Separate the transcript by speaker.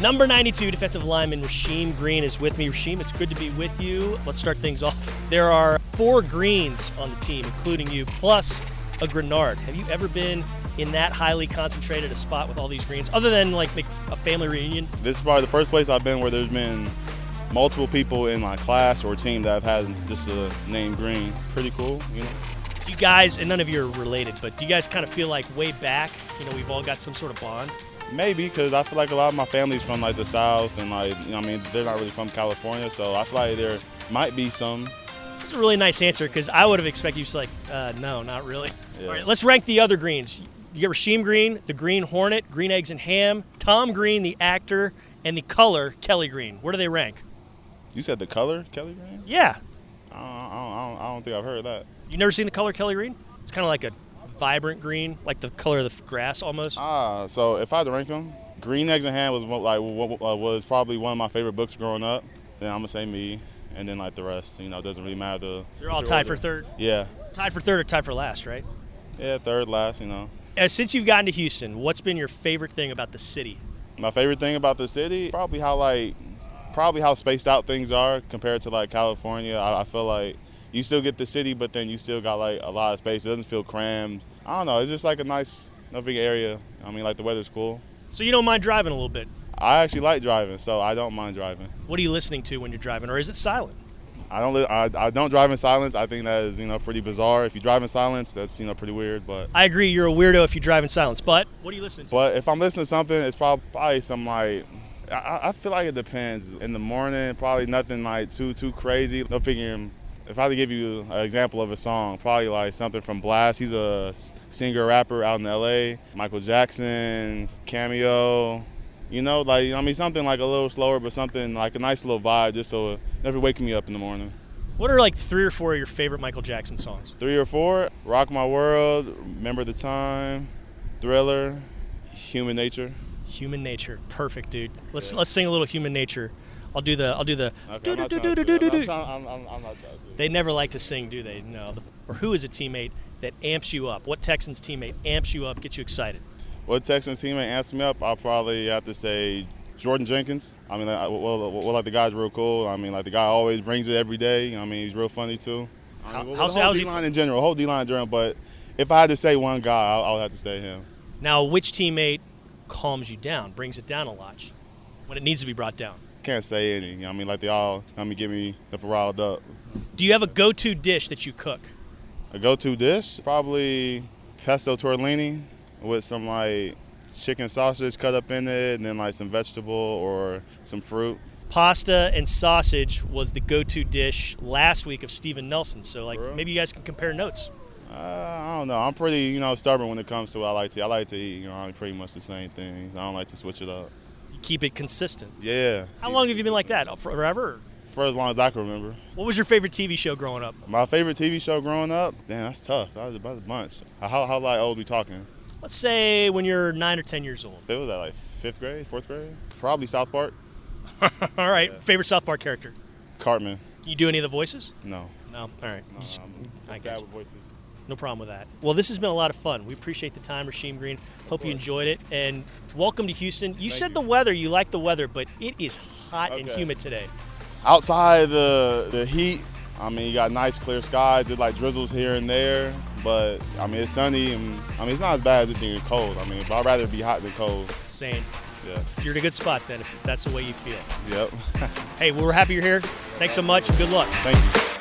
Speaker 1: Number 92 defensive lineman Rasheem Green is with me. Rasheem, it's good to be with you. Let's start things off. There are four greens on the team, including you, plus a Grenard. Have you ever been in that highly concentrated a spot with all these greens, other than like a family reunion?
Speaker 2: This is probably the first place I've been where there's been multiple people in my class or team that have had just a name green. Pretty cool, you know.
Speaker 1: You guys, and none of you are related, but do you guys kind of feel like way back? You know, we've all got some sort of bond.
Speaker 2: Maybe because I feel like a lot of my family's from like the South and like you know, I mean they're not really from California, so I feel like there might be some.
Speaker 1: It's a really nice answer because I would have expected you to like, uh, no, not really. Yeah. All right, let's rank the other greens. You got Rasheem Green, the Green Hornet, Green Eggs and Ham, Tom Green, the actor, and the color Kelly Green. Where do they rank?
Speaker 2: You said the color Kelly Green?
Speaker 1: Yeah.
Speaker 2: I don't, I don't, I don't think I've heard that.
Speaker 1: You never seen the color Kelly Green? It's kind of like a vibrant green, like the color of the grass almost.
Speaker 2: Ah, so if I had to rank them, Green Eggs in Hand was like uh, was probably one of my favorite books growing up. Then I'm gonna say me, and then like the rest, you know, it doesn't really matter. The,
Speaker 1: You're all tied order. for third.
Speaker 2: Yeah.
Speaker 1: Tied for third or tied for last, right?
Speaker 2: Yeah, third last, you know.
Speaker 1: Uh, since you've gotten to Houston, what's been your favorite thing about the city?
Speaker 2: My favorite thing about the city, probably how like, probably how spaced out things are compared to like California. I, I feel like you still get the city, but then you still got like a lot of space. It doesn't feel crammed. I don't know. It's just like a nice, no big area. I mean, like the weather's cool.
Speaker 1: So you don't mind driving a little bit?
Speaker 2: I actually like driving, so I don't mind driving.
Speaker 1: What are you listening to when you're driving, or is it silent?
Speaker 2: I don't. Li- I, I don't drive in silence. I think that is you know pretty bizarre. If you drive in silence, that's you know pretty weird. But
Speaker 1: I agree, you're a weirdo if you drive in silence. But what are you listening to?
Speaker 2: But if I'm listening to something, it's probably, probably some like I, I feel like it depends. In the morning, probably nothing like too too crazy. No figuring if I had to give you an example of a song, probably like something from Blast. He's a singer rapper out in LA. Michael Jackson, Cameo. You know, like I mean, something like a little slower, but something like a nice little vibe, just so it never waking me up in the morning.
Speaker 1: What are like three or four of your favorite Michael Jackson songs?
Speaker 2: Three or four: "Rock My World," "Remember the Time," "Thriller," "Human Nature."
Speaker 1: Human Nature, perfect, dude. Let's yeah. let's sing a little "Human Nature." I'll do the I'll do the
Speaker 2: okay,
Speaker 1: They never like to sing, do they? No. Or who is a teammate that amps you up? What Texans teammate amps you up, gets you excited?
Speaker 2: What Texans teammate amps me up? I'll probably have to say Jordan Jenkins. I mean, I, well, well, like the guy's real cool. I mean, like the guy always brings it every day. I mean, he's real funny too. I
Speaker 1: how,
Speaker 2: mean,
Speaker 1: well,
Speaker 2: how's,
Speaker 1: the whole
Speaker 2: D line in general, whole D line in general. But if I had to say one guy, I'll, I'll have to say him.
Speaker 1: Now, which teammate calms you down, brings it down a notch when it needs to be brought down?
Speaker 2: can't say any. You know I mean, like they all, I mean, get me the riled up.
Speaker 1: Do you have a go-to dish that you cook?
Speaker 2: A go-to dish, probably pesto tortellini with some like chicken sausage cut up in it, and then like some vegetable or some fruit.
Speaker 1: Pasta and sausage was the go-to dish last week of Steven Nelson. So like, maybe you guys can compare notes.
Speaker 2: Uh, I don't know. I'm pretty, you know, stubborn when it comes to what I like to. Eat. I like to eat, you know, I'm pretty much the same things. I don't like to switch it up
Speaker 1: keep it consistent.
Speaker 2: Yeah.
Speaker 1: How long have you been like that? Forever?
Speaker 2: For as long as I can remember.
Speaker 1: What was your favorite TV show growing up?
Speaker 2: My favorite TV show growing up? Damn, that's tough. That was about a bunch. How, how like old we talking?
Speaker 1: Let's say when you're nine or 10 years old.
Speaker 2: It was at like fifth grade, fourth grade? Probably South Park.
Speaker 1: All right. Yeah. Favorite South Park character?
Speaker 2: Cartman.
Speaker 1: Can you do any of the voices?
Speaker 2: No.
Speaker 1: No? All right.
Speaker 2: No, just, i bad with voices.
Speaker 1: No problem with that. Well, this has been a lot of fun. We appreciate the time, Rasheem Green. Hope you enjoyed it. And welcome to Houston. You Thank said you. the weather, you like the weather, but it is hot okay. and humid today.
Speaker 2: Outside the, the heat, I mean, you got nice clear skies. It like drizzles here and there, but I mean, it's sunny. And, I mean, it's not as bad as it being cold. I mean, I'd rather be hot than cold.
Speaker 1: Same.
Speaker 2: Yeah.
Speaker 1: You're in a good spot then if that's the way you feel.
Speaker 2: Yep.
Speaker 1: hey, well, we're happy you're here. Thanks so much. Good luck.
Speaker 2: Thank you.